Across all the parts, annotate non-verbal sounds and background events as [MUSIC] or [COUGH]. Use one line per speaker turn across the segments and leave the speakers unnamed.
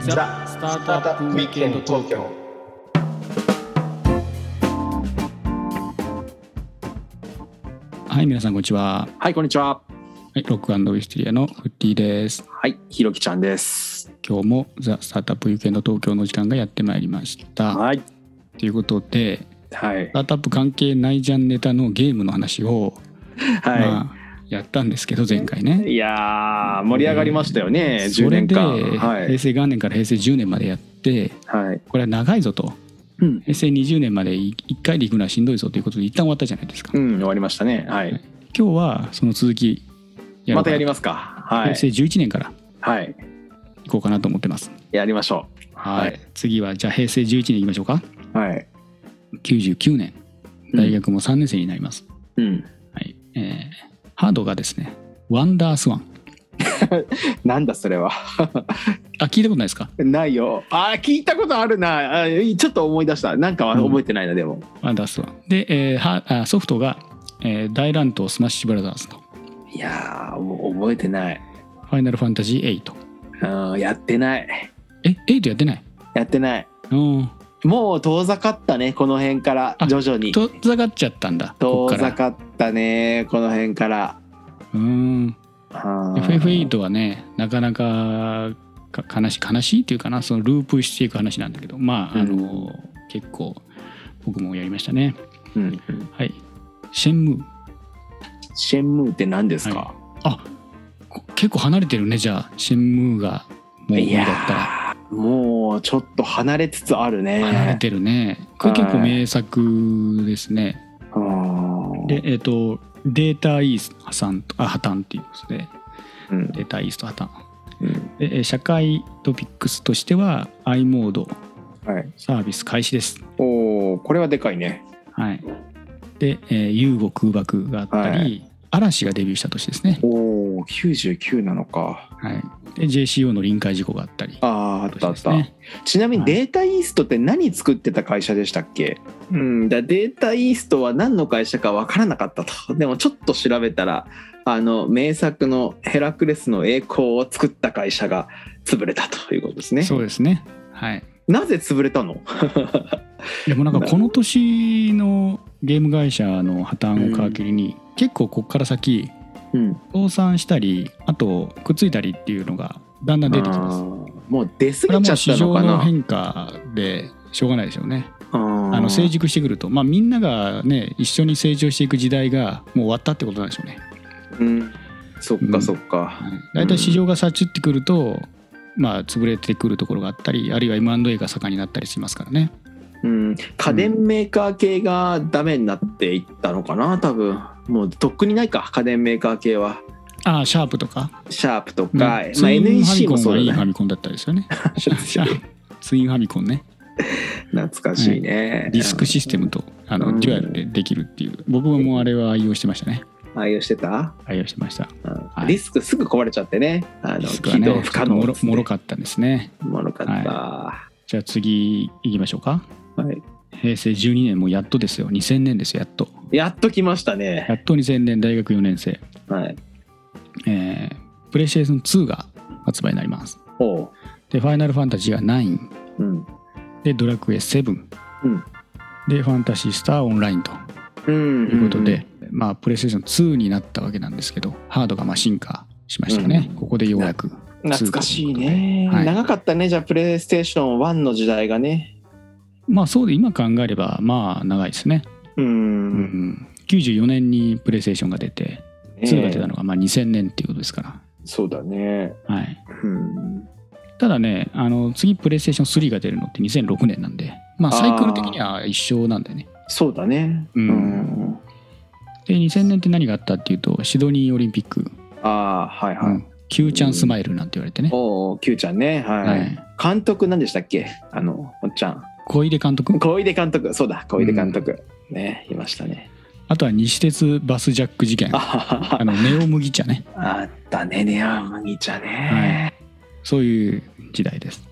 ザ・スタートアップウィークエンド東京
はい、皆さんこんにちは。
はい、こんにちは。
はい、ロックウィステリアのフッティです。
はい、ひろきちゃんです。
今日もザ・スタートアップ有権の東京の時間がやってまいりました。
はい。
ということで、
はい
ス。タートアップ関係ないじゃんネタのゲームの話を、
は
まあ、やったんですけど、前回
い。
ね。
いやー、盛り上がりましたよね、10
それ
年
で、
間。はい
平。成元年から平成10年までやって、
はい。
これは長いぞと。
うん。
平成20年まで1回で行くのはしんどいぞということで、一旦終わったじゃないですか。
うん、終わりましたね。はい。
今日はその続きやろ
ま
うかな
たやりますか。は
平成
い。
11年から
はい。
行こうかなと思ってます。
やりましょ
は
は
い。
い
次は、じゃあ平成11年行きましょうか。
う。はい。
99年大学も3年生になります、
うん。
はいえーハードがですね「ワンダースワン
なんだそれは。」
あ聞いたことないですか
ないよ。あー、聞いたことあるな。あーちょっと思い出した。なんかは覚えてないな、でも。
「ワンダースワン」で、えーはあソフトが、えー大乱闘スマッシュブラザーズ」と
いやー、もう覚えてない。
「ファイナルファンタジー8
うん、やってない。」
え8やってない
やってない。
うん
もう遠ざかったね、この辺から、
あ
徐々に。
遠ざかっちゃったんだこ
遠
っから
ざかったねこの辺から
うん
FF8
FF8 はねなかなかか悲しい悲しいっていうかなそのループしていく話なんだけどまああの、結構僕もやりましたね
うん
はいシェンムー
シェンムーって何です
は
か、
あこ結構離れてるねじゃあシェンムーがもう
い、
無理だ
や
ったら
ーもうちょっと離れつつあるね
離れてるねこれ結構名作ですね
うん
でえっ、とデータイースト破産とあ破綻っていうんですね
うん
データイースト破綻
うん
でえー社会トピックスとしては i モード
はい、
サービス開始です
おおこれはでかいね
はいで、えー遊語空爆があったり、
は
嵐がデビューした年ですね、
おお99なのか
はい、で JCO の臨界事故があったり
あーあったあっ
年です
た、
ね
ちなみに
はい
データイーストって何作ってた会社でしたっけ、うん、だデータイーストは何の会社か分からなかったと。 [LAUGHS] でもちょっと調べたら、あの、名作のヘラクレスの栄光を作った会社が潰れたということですね。
そうですねはい
なぜ潰れたの
でもなんかこの年のゲーム会社の破綻を皮切りに、結構ここから先
うん。
倒産したりあとくっついたりっていうのがだんだん出てきます。
もう出過
これは
ぎち
も
ゃ
う
っ
市
たの
場
か
の
な。
変化でしょうがないでしょうね。
あ
あの成
政治
熟してくると、まあ、みんながね一緒に成長していく時代がもう終わったってことなんでしょうね。
うん。そっ
うん
かそっか。
はい大体市場がさちってくると、まあ、潰れてくるところがあったりあるいは M&A が盛んになったりしますからね。
うん。家電メーカー系がダメになっていったのかな、多分。もうとっくにないか、家電メーカー系は。
ああシャープとか
シャープとか、
ね
まあ、
ツインファミ
NEC
コ
も
ン
そ [LAUGHS]
はいいう
だ
ファ
ね。
ミコンだったですよね。シャープツインファミコン
[LAUGHS]
ね
懐かしいね。
ディスクシステムとあ
う
の
ん
デュアルでできるっていう僕もあれは愛用してましたね
愛用してた、
愛用してました
うん
はい
ディスクすぐ壊れちゃってね。あ
ディ
の、
スクは
起
ね
動不可能
ちょ
で
っ
す
と
ね
もろもろかったですね
もろかった。
じゃあ次行きましょうか
はい
平成12年もうやっとですよ2000年ですよやっと
やっと来ました
や
ね。
っと2000年大学4年生
はい。
えープレイステーション2が発売になります
おう。
でファイナルファンタジーが9
うん。
でドラクエ7、
うん
でファンタシースターオンラインと
うん。
ということで、まあプレイステーション2になったわけなんですけどハードがまあ進化しましたね、
うん
ここでようやく
うん。懐かしいね、
はい
長かったね。じゃあ、プレイステーション1の時代がね。
まあそうで今考えればまあ長いですね、
う。
うんん、94年にプレイステーションが出て2が出たのがまあ2000年っていうことです
え
か
えそうだね。
ら、はい、
うん。
ただねあの次プレイステーション3が出るのって2006年なんでまあサイクル的には一緒なんだよね
そうだね。
うん
うん、
で2000年って何があったっていうとシドニーオリンピック、
ああ、はいは
う
い。
ん、キューチャンスマイルなんて言われてね、
おお、Q ちゃんね。はい。
はい、
監督何でしたっけあのおっちゃん
小出監督
小出監督そうだ小出監督、ねいましたね
あとは西鉄バスジャック事件
あ
[LAUGHS] あ
はは
のネオ麦茶ね
あったねネア麦茶ね、
そういう時代です。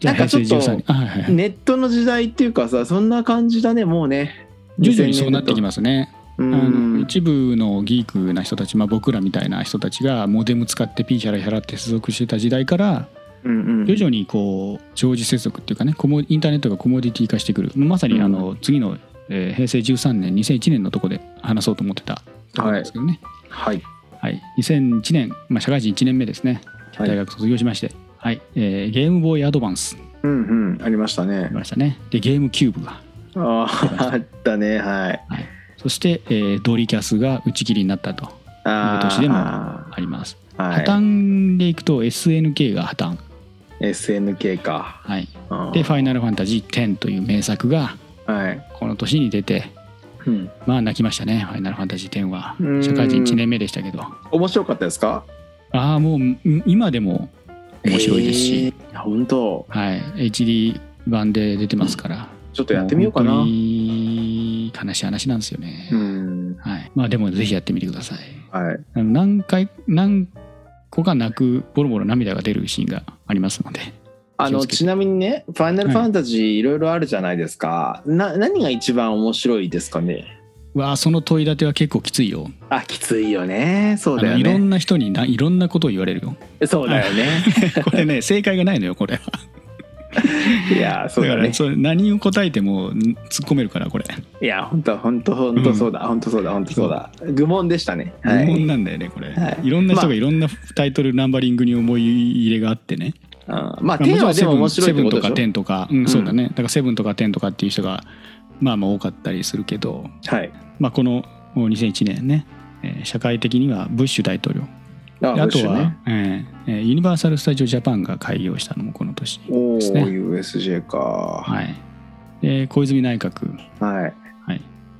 じゃあ
なん
平
か
成
ちょっと
13年。あはいはいはい
ネットの時代っていうかさそんな感じだねもうね
徐々にそうなってき
ま
ますね。
すう
あの
ん
一部のギークな人たち、まあ、僕らみたいな人たちがモデム使ってピーヒャラヒャラって接続してた時代から、
うんうん
徐々にこう常時接続っていうかねコモインターネットがコモディティ化してくるまさにあの次の、えー平成13年2001年のとこで話そうと思ってたところですけどね、
はい
はい2001年、まあ、社会人1年目ですね
はい
大学卒業しまして、はいえーゲームボーイアドバンス
うんうんありましたね
出ましたねでゲームキューブが
あああったねはい
そして、えードリキャスが打ち切りになったと
あー
今年でもあります、
は
破綻でいくと SNK が破綻、
い SNK か
はい、
うん
で「ファイナルファンタジー10」という名作が
はい
この年に出て
うん
まあ泣きましたね「ファイナルファンタジー10」は
うん
社会人1年目でしたけど
面白かったですか
ああもううん今でも面白いですし、
えーいや本当
はい、HD 版で出てますから
ちょっとやってみようかな
も本当に悲しい話なんですよね、
うん
はい、まあでもぜひやってみてください
はい
あの何回何個か泣くボロボロ涙が出るシーンがありますの [LAUGHS] で
あ
気を
の
つけて
ちなみにね「ファイナル
はい
ファンタジー」いろいろあるじゃないですか、な何が一番面白いですかね
わあその問い立ては結構きついよ
あきついよねそうだ
あ
よ
のいろ
ね
んな人にないろんなことを言われる
[LAUGHS]
よ
そうだよね
これね正解がないのよこれはい
やそうだ
から
ね
それ何を答えてもん突っ込めるからこれ
いや本当本当本当そうだ、本当そうだ本当そうだ愚問でしたねは
疑問
い、
なんだよねこれ、、
はい
ろんな人
ま
が
あ
いろんなタイトルナンバリングに思い入れがあってね、
うん、まあテー
も
マ
ち
で
ろ
も
ん
面
セブ
白
ン
いってこと
セブンとか
でし
10とか、うんそうだねだからセブンとかテンとかっていう人がまあまあ多かったりするけど、
ょはい
まあ、この2001年ねえー社会的にはブッシュ大統領
あ
であと
そう
は、
ですね
えーえーユニバーサル・スタジオ・ジャパンが開業したのもこの年、
おお
ですね
USJ か
はい、で小泉内閣
はい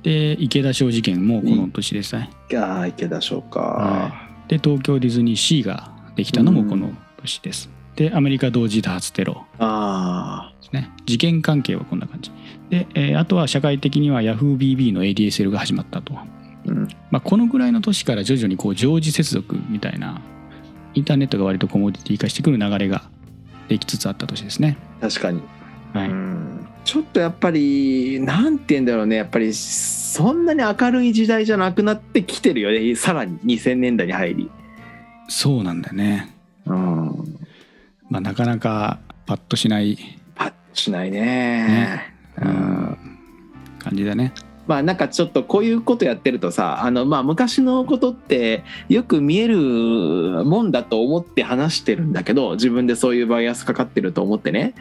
で池田小事件もこの年ですね、
あー池田翔か、
はい、で東京ディズニーシーができたのもこの年です、でアメリカ同時多発テロ
あ
ですね事件関係はこんな感じで、えーあとは社会的には YahooBB の ADSL が始まったと、
ーうん
まあ、このぐらいの年から徐々にこう常時接続みたいなインターネットが割とコモディティ化してくる流れができつつあった年ですね
確かに
はい、
うんちょっとやっぱりなんて言うんだろうねやっぱりそんなに明るい時代じゃなくなってきてるよねさらに2000年代に入り、
そうなんだよね、
うん、
まあ、なかなかパッとしない、
パッとしないね
う
うんん、
感じだね
まあなんかちょっとこういうことやってるとさあのまあ昔のことってよく見えるもんだと思って話してるんだけど自分でそういうバイアスかかってると思ってね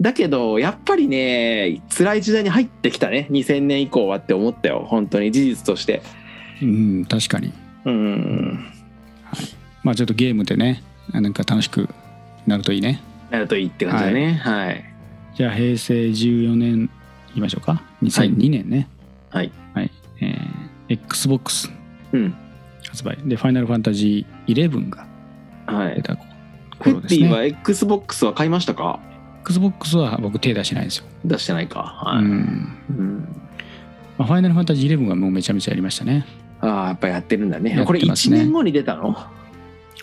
だけどやっぱりね辛い時代に入ってきたね2000年以降はって思ったよ本当に事実として
うん確かに
うん
まあちょっとゲームでねなんか楽しくなるといいね
なるといいって感じだねはい
じゃあ平成14年いきましょうか2002年ね
はい、
はいえー XBOX
うん
発売で「ファイナルファンタジー11」が
は
出
い
た
フ
頃
ッ
で
テ
す
ィ
ね
は XBOX は買いましたか
XBOX は僕手出してないんですよ、
出してないかは
う
い、
ん
うん
まあ、ファイナルファンタジー11はもうめちゃめちゃやりましたね
ああやっぱやってるんだね
やっ
これ
てます
1
ね
年後に出たの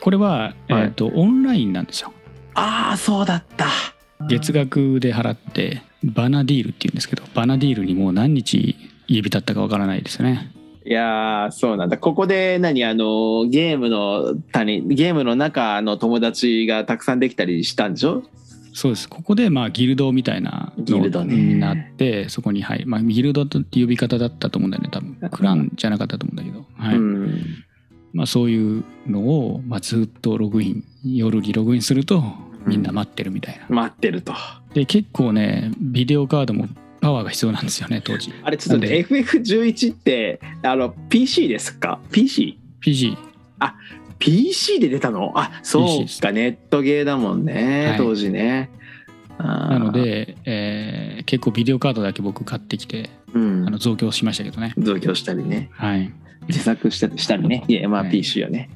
これは、
はい
えー、とオンラインなんですよ
ああそうだった
月額で払ってバナディールっていうんですけどバナディールにもう何日入り浸ったかわからないですね
いやーそうなんだここで何あのゲームの谷ゲームの中の友達がたくさんできたりしたんでしょ
そうですここでまあギルドみたいなの
ギルドね
になってそこにはい、まあ、ギルドって呼び方だったと思うんだよね多分クランじゃなかったと思うんだけど、はい
うん
まあ、そういうのを、まあ、ずっとログイン夜にログインするとみんな待ってるみたいな、
待ってるとあ
で結構ねビデオカードもパワーが必要なんですよね当時
れちょっと
なんで
ね FF11 ってあの PC ですか PC?PC
PG
で出たのあそ
PC
う
です
かネットゲーだもんね、
はい
当時ねな
なの、で、えー結構ビデオカードだけ僕買ってきて
う
あの
ん、
増強しましたけどね
増強したりね
はい
自作したしたりねいやまあ
はい
PC よね、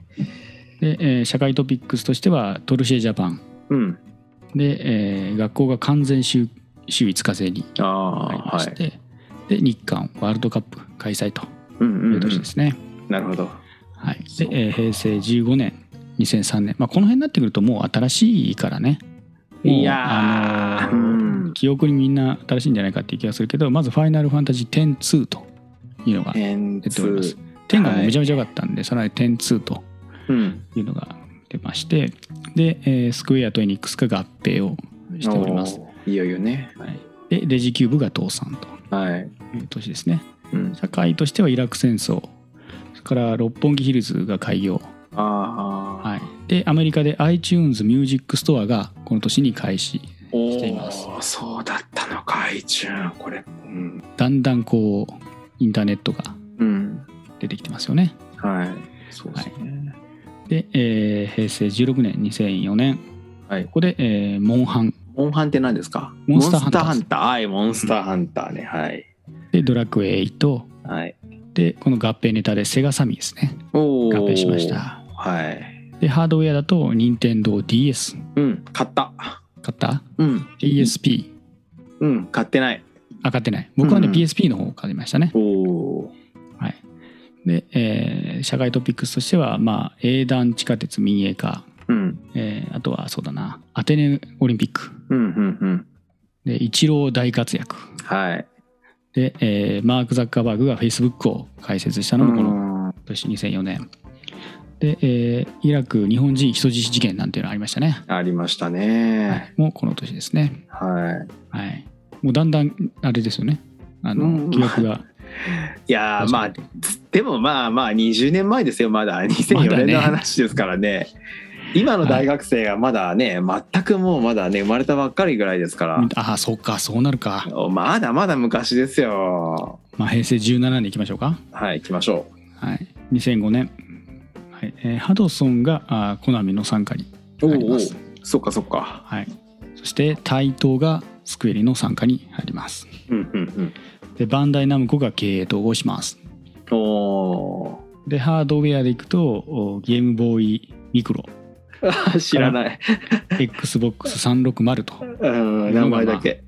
で、えー社会トピックスとしてはトルシエジャパン
うん
で、えー学校が完全週週5日制に
あ
なり
あ
ま
は
し
い
て、で日韓ワールドカップ開催と
うんうん
いううん年ですね、
なるほど
はい、
そ
で
う、か
えー平成15年2003年、まあ、この辺になってくるともう新しいからねもう
いやー
あのー
うん
記憶にみんな新しいんじゃないかっていう気がするけどまず「ファイナルファンタジー102」というのが
点
出ております
数、
10がもうめちゃめちゃ良かったんで、さらに102と
うん、
いうのがってましてで、えースクエアとエニックスが合併をしております、
おーいよいよね
はい、でレジキューブが倒産
はい、
という年ですね
うん、
社会としてはイラク戦争それから六本木ヒルズが開業、
ああ、
はい、でアメリカで iTunes ミュージックストアがこの年に開始
お
しています
おそうだったのか iTune これうん、
だんだんこうインターネットが
うん、
出てきてますよね
はいそうですね、
で、えー平成16年2004年、
はい
ここで、えーモンハン
モンハンって何ですか
モンスターハンター
モンスターハンターはいモンスターハンターね、はい
でドラクエ8
はい
でこの合併ネタでセガサミーですね
おー
合併しました
はい
でハードウェアだと任天堂 d s
うん買った
買った
うん
?PSP
うん買ってない
あ買ってない僕はね、
うん
PSP の方を買いましたね
おお
はい、で、えー社会トピックスとしては、まあ、英断地下鉄民営化、
うん
えーあとはそうだなアテネオリンピック
うんうんうん
でイチロー大活躍
はい
で、えーマーク・ザッカーバーグが Facebook を開設したのもこの
の
年2004年で、えーイラク日本人人質事件なんていうのありましたね、
ありました
は
ね
い、もうこの年ですね、
はい
はい、もうだんだんあれですよねあの、
うん
記憶が
いやー [LAUGHS] まあ
確
でもまあまあ20年前ですよまだ
まだ
2004
ね
年の話ですからね今の大学生がまだね、全くもうまだね生まれたばっかりぐらいですから
ああそうかそうなるか、
まだまだ昔ですよ
まあ、平成17年いきましょうか
はい行きましょ
はい、2005年、はいえーハドソンがあーコナミの傘下に
う
入ります、
そっかそっか
はい、そしてタイトーがスクエリの傘下に入ります
うんうん
でバンダイナムコが経営統合します
うんお
でハードウェアでいくとおゲームボーイ
[LAUGHS]
ミクロ
ー知らない
XBOX360 と今
うん名前だけ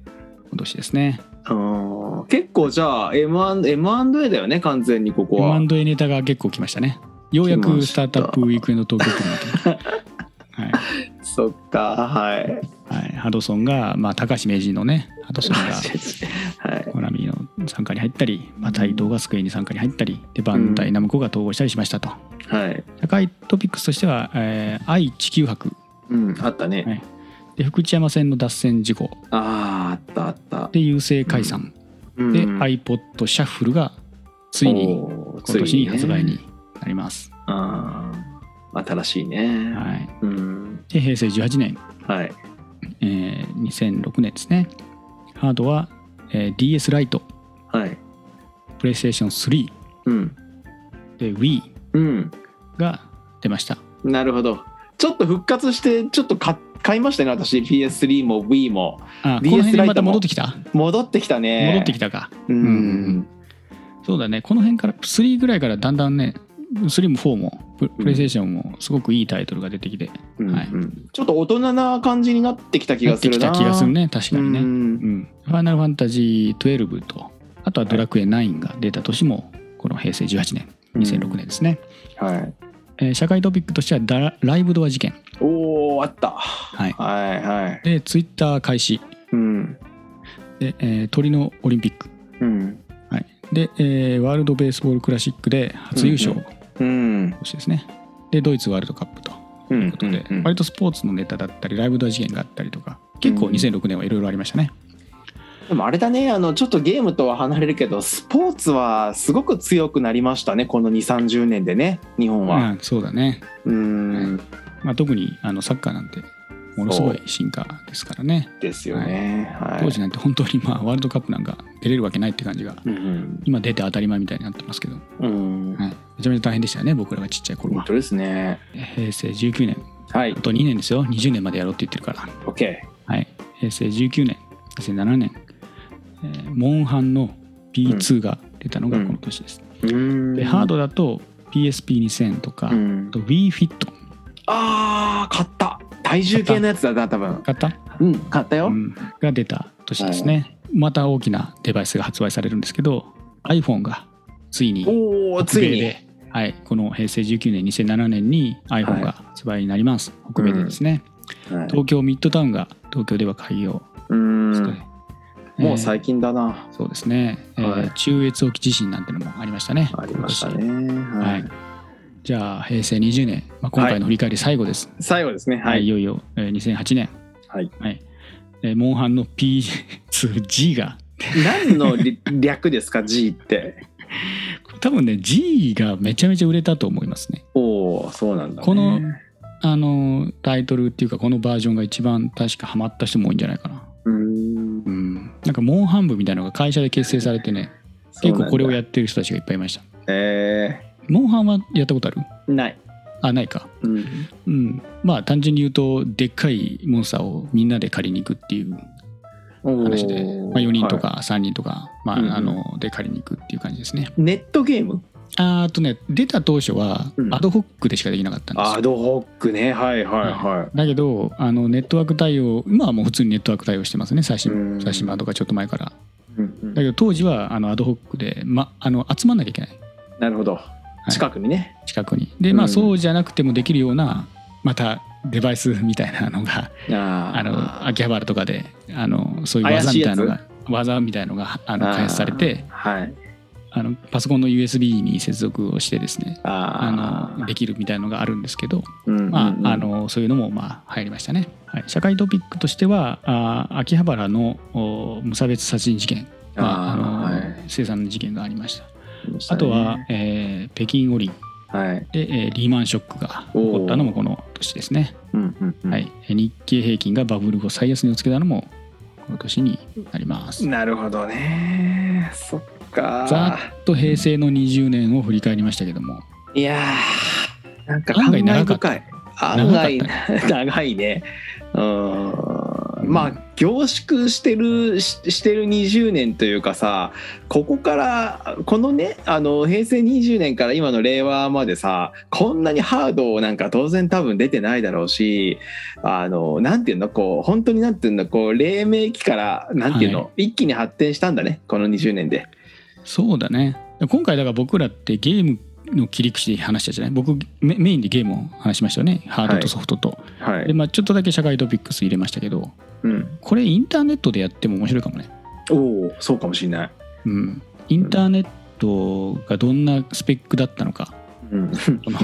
年ですね
うん結構じゃあ M&A M&A だよね完全にここは
M&A ネタが結構来ましたねようや
来ま
く
し
ス
た
タートアップウィークエンド東
[LAUGHS]
京にはい
そっかはい
はい、ハドソンが、まあ、高橋名人のねハドソンが
はい
コナミの傘下に入ったり、まあ、タイトーがスクエアに傘下に入ったりでバンダイナムコが統合したりしましたと、
はい
社会トピックスとしては「えー愛・地球博
うんあったね、
はい」で福知山線の脱線事故
あーあったあった。
で郵政解散、
うん
で iPod シャッフルがついに
おー
今年に発売
つい
に
ね
なります、
あー新しいね。
はい、
うん
で平成18年、
はい。
えー2006年ですねハードは、えー DS ライト
はい。
プレイステーション
うん。
3で Wii
うん。
が出ました
なるほど。ちょっと復活して、ちょっと買買いましたね、私。PS3 も Wii も。
あ
DS
この辺で
ラ
ま
イ
た
トも
戻ってきた
戻ってきたね。
戻ってき
た。
たか
うん。
うんそうだね、この辺から、3ぐらいからだんだんね、3も4も、ププレイステーションも、すごくいいタイトルが出てきて、
うん
はい
うんちょっと大人な感じになってきた気
や
が
っ
す
て
る
きた
な。
気がするね、確か
う
にね。うん
ん。
ファイナルファンタジー12と、あとはドラクエ9が出た年も、この平成18年、2006年ですね。
はい。
えー社会トピックとしてはダラ、ライブドア事件。
おお、あった。
はい。
はいはい。
で、ツイッター開始。
うん。
で、えー鳥のオリンピック。
うん。
はい。で、えーワールドベースボールクラシックで初優勝、
うんうん。
年ですね。で、ドイツワールドカップと。
うん
ということで、割とスポーツのネタだったりライブドア事件があったりとか結構
うん
2006年はいろいろありましたね、
でもあれだねあのちょっとゲームとは離れるけどスポーツはすごく強くなりましたねこの2 3 0年でね日本
ま
は。
あ、そうだね、
うーん
まあ、特にあのサッカーなんてものすごい進化ですからね
ですよね。はい
当時なんて本当にまあワールドカップなんか出れるわけないって感じが
うん
今出て当たり前みたいになってますけど、は
うん、
い、めちゃめちゃ大変でしたよね僕らがちっちゃい頃
本
は
当ですね。
平成19年
はい
あと2年ですよ20年までやろうって言ってるから、
OK。
はい、平成19年2007年、えーモンハンの B2 が出たのがこの年です、
うーん
でハードだと PSP2000 とか、
うん
あと WeFit
あー買った体重計のやつだな多分。
型、
うん買ったよ。
うんが出た年ですね、また大きなデバイスが発売されるんですけど iPhone がついに
おおつい
北米
に。
で、はい、この平成19年2007年に iPhone が発売になります、北米でですね、
はい
東京ミッドタウンが東京では開業
うー
ですか
ん
ね、
もう
最
最近だな。
そうですね、えー
はい
中越沖地震なんてのもありましたね
ありました
今年
ね。は
はいい。じゃあ平成20年、まあ、今回の振り返り最後です、
最後ですね。
は、
はい
い
い。
よいよ、えー2008年
はい、
えーモンハンの [LAUGHS] P2G が
何のり略ですか G
[LAUGHS]
って。
多分ね G がめちゃめちゃ売れたと思いますね
おおそうなんだ、ね。
このあのタイトルっていうかこのバージョンが一番確かハマった人も多いんじゃないかな
うーん
うんなんかモンハン部みたいなのが会社で結成されてね結構これを
っ
やってる人たちがいっぱいいました
え
モンハンはやったことある
ーない。
あないか
うん、
うんまあ単純に言うとでっかいモンスターをみんなで借りに行くっていう
おー
話で、まあ、4人と
は
か3人とか、まあ
うんうん
あので借りに行くっていう感じですね
いネットゲーム
あーとね出た当初は
うん
アドホックでしかできなかったんですよ、
アドホックねはいはいは
だけどあのネットワーク対応今はもう普通にネットワーク対応してますね最
う
新
ん
最新版とかちょっと前から
い、うんうん
だけど当時はあのアドホックで、ま、あの集まんなきゃいけない
なるほど
い
近くにね、
近くにで
う
まあ
ん
そうじゃなくてもできるようなまたデバイスみたいなのが
あー
あの秋葉原とかであのそういう技みたいなの
怪
が技みたいのがあの開発されて
はい
あのパソコンの USB に接続をしてですねあ
あー
のできるみたいのがあるんですけど、
うんうんうん
まあ、あのそういうのもまあ入りましたね、はい、社会トピックとしてはあー秋葉原のお無差別殺人事件、まああの
あーはい
生産の事件がありました
そうでした
あ
ね
とは、えー北京五輪
はい
で、えーリーマンショックが起こったのもこの年ですね、
うんうんうん
はい、日経平均がバブル後最安値をつけたのもこの年になります
なるほどねそっ
ざ
か
っと平成の20年を振り返りましたけども、
いやーなんか感
案外
慨
長かった
深い案外
長
[LAUGHS] 長いねうーんまあ凝縮してるししてる20年というかさここからこのねあの平成20年から今の令和までさこんなにハードなんか当然多分出てないだろうしあのなんていうのこう本当になんていうのこう黎明期からなんていうの、
は
一気に発展したんだねこの20年で。
そうだね今回だから僕らってゲームの切り口で話したじゃない僕メメインでゲームを話しましたよねハードとソフトと、
は
で
い、
まあ、ちょっとだけ社会トピックス入れましたけど
うん、
これインターネットでやっても面白いかもね
おおそうかもしれない。
うんインターネットがどんなスペックだったのか
うん、
この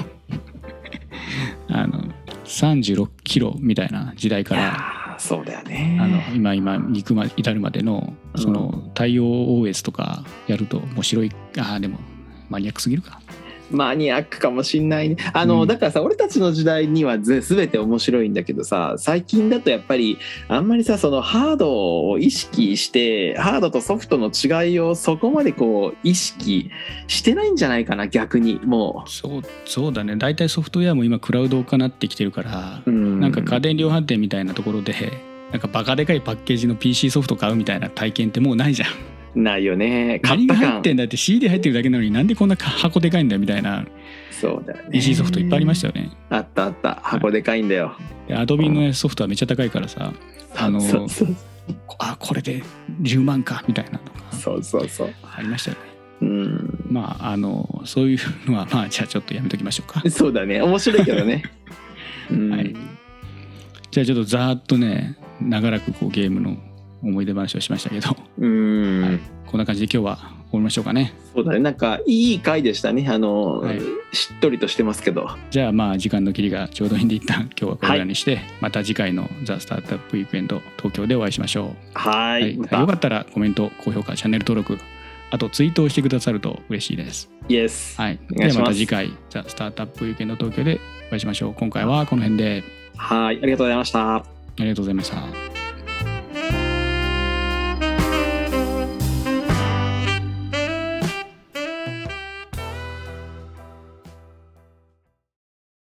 あの36キロみたいな時代
い
から
やーそうだよね。
あの今今肉ま至るまでのその対応 OS とかやると面白いああでもマニアックすぎるか
マニアックかもしんないねあの、
うん
だからさ俺たちの時代にはぜ全て面白いんだけどさ最近だとやっぱりあんまりさそのハードを意識してハードとソフトの違いをそこまでこう意識してないんじゃないかな逆にも
そうそうだね大体ソフトウェアも今クラウド化なってきてるから、
う、うん
なんか家電量販店みたいなところでなんかバカでかいパッケージの PC ソフト買うみたいな体験ってもうないじゃん
ないよね買
何
った
が入
感
ってんだって CD 入ってるだけなのになんでこんな箱でかいんだみたいな
そうだよね
PC ソフトいっぱいありました
よ
よね
あったあった箱でかいんだよ、
で Adobe のソフトはめっちゃ高いからさあの
そうそう
こあこれで10万かみたいなのが
そうそうそう
ありましたよね
うん
まああのそういうのはまあじゃあちょっとやめときましょうか
そうだね面白いけどね、うん
[LAUGHS] はいじゃあちょっとざーっとね長らくこうゲームの思い出話をしましたけど [LAUGHS]
うん、
はいこんな感じで今日は終わりましょうかね
そうだね、なんかいい回でしたね。あの、
はい
しっとりとしてますけど。
じゃあまあ時間の切りがちょうどいいんで一旦今日はこれぐらいにして、また次回の「ザ・スタートアップ・ウィークエンド東京でお会いしましょ
は
う、
い、ま
よ
た
かったらコメント高評価チャンネル登録あとツイートをしてくださると嬉しいです、
イエス。
はい、
お願い
で
します
また次回「ザ・スタートアップ・ウィークエンド東京でお会いしましょう今回はこの辺で
はい、ありがとうございました。
ありがとうございました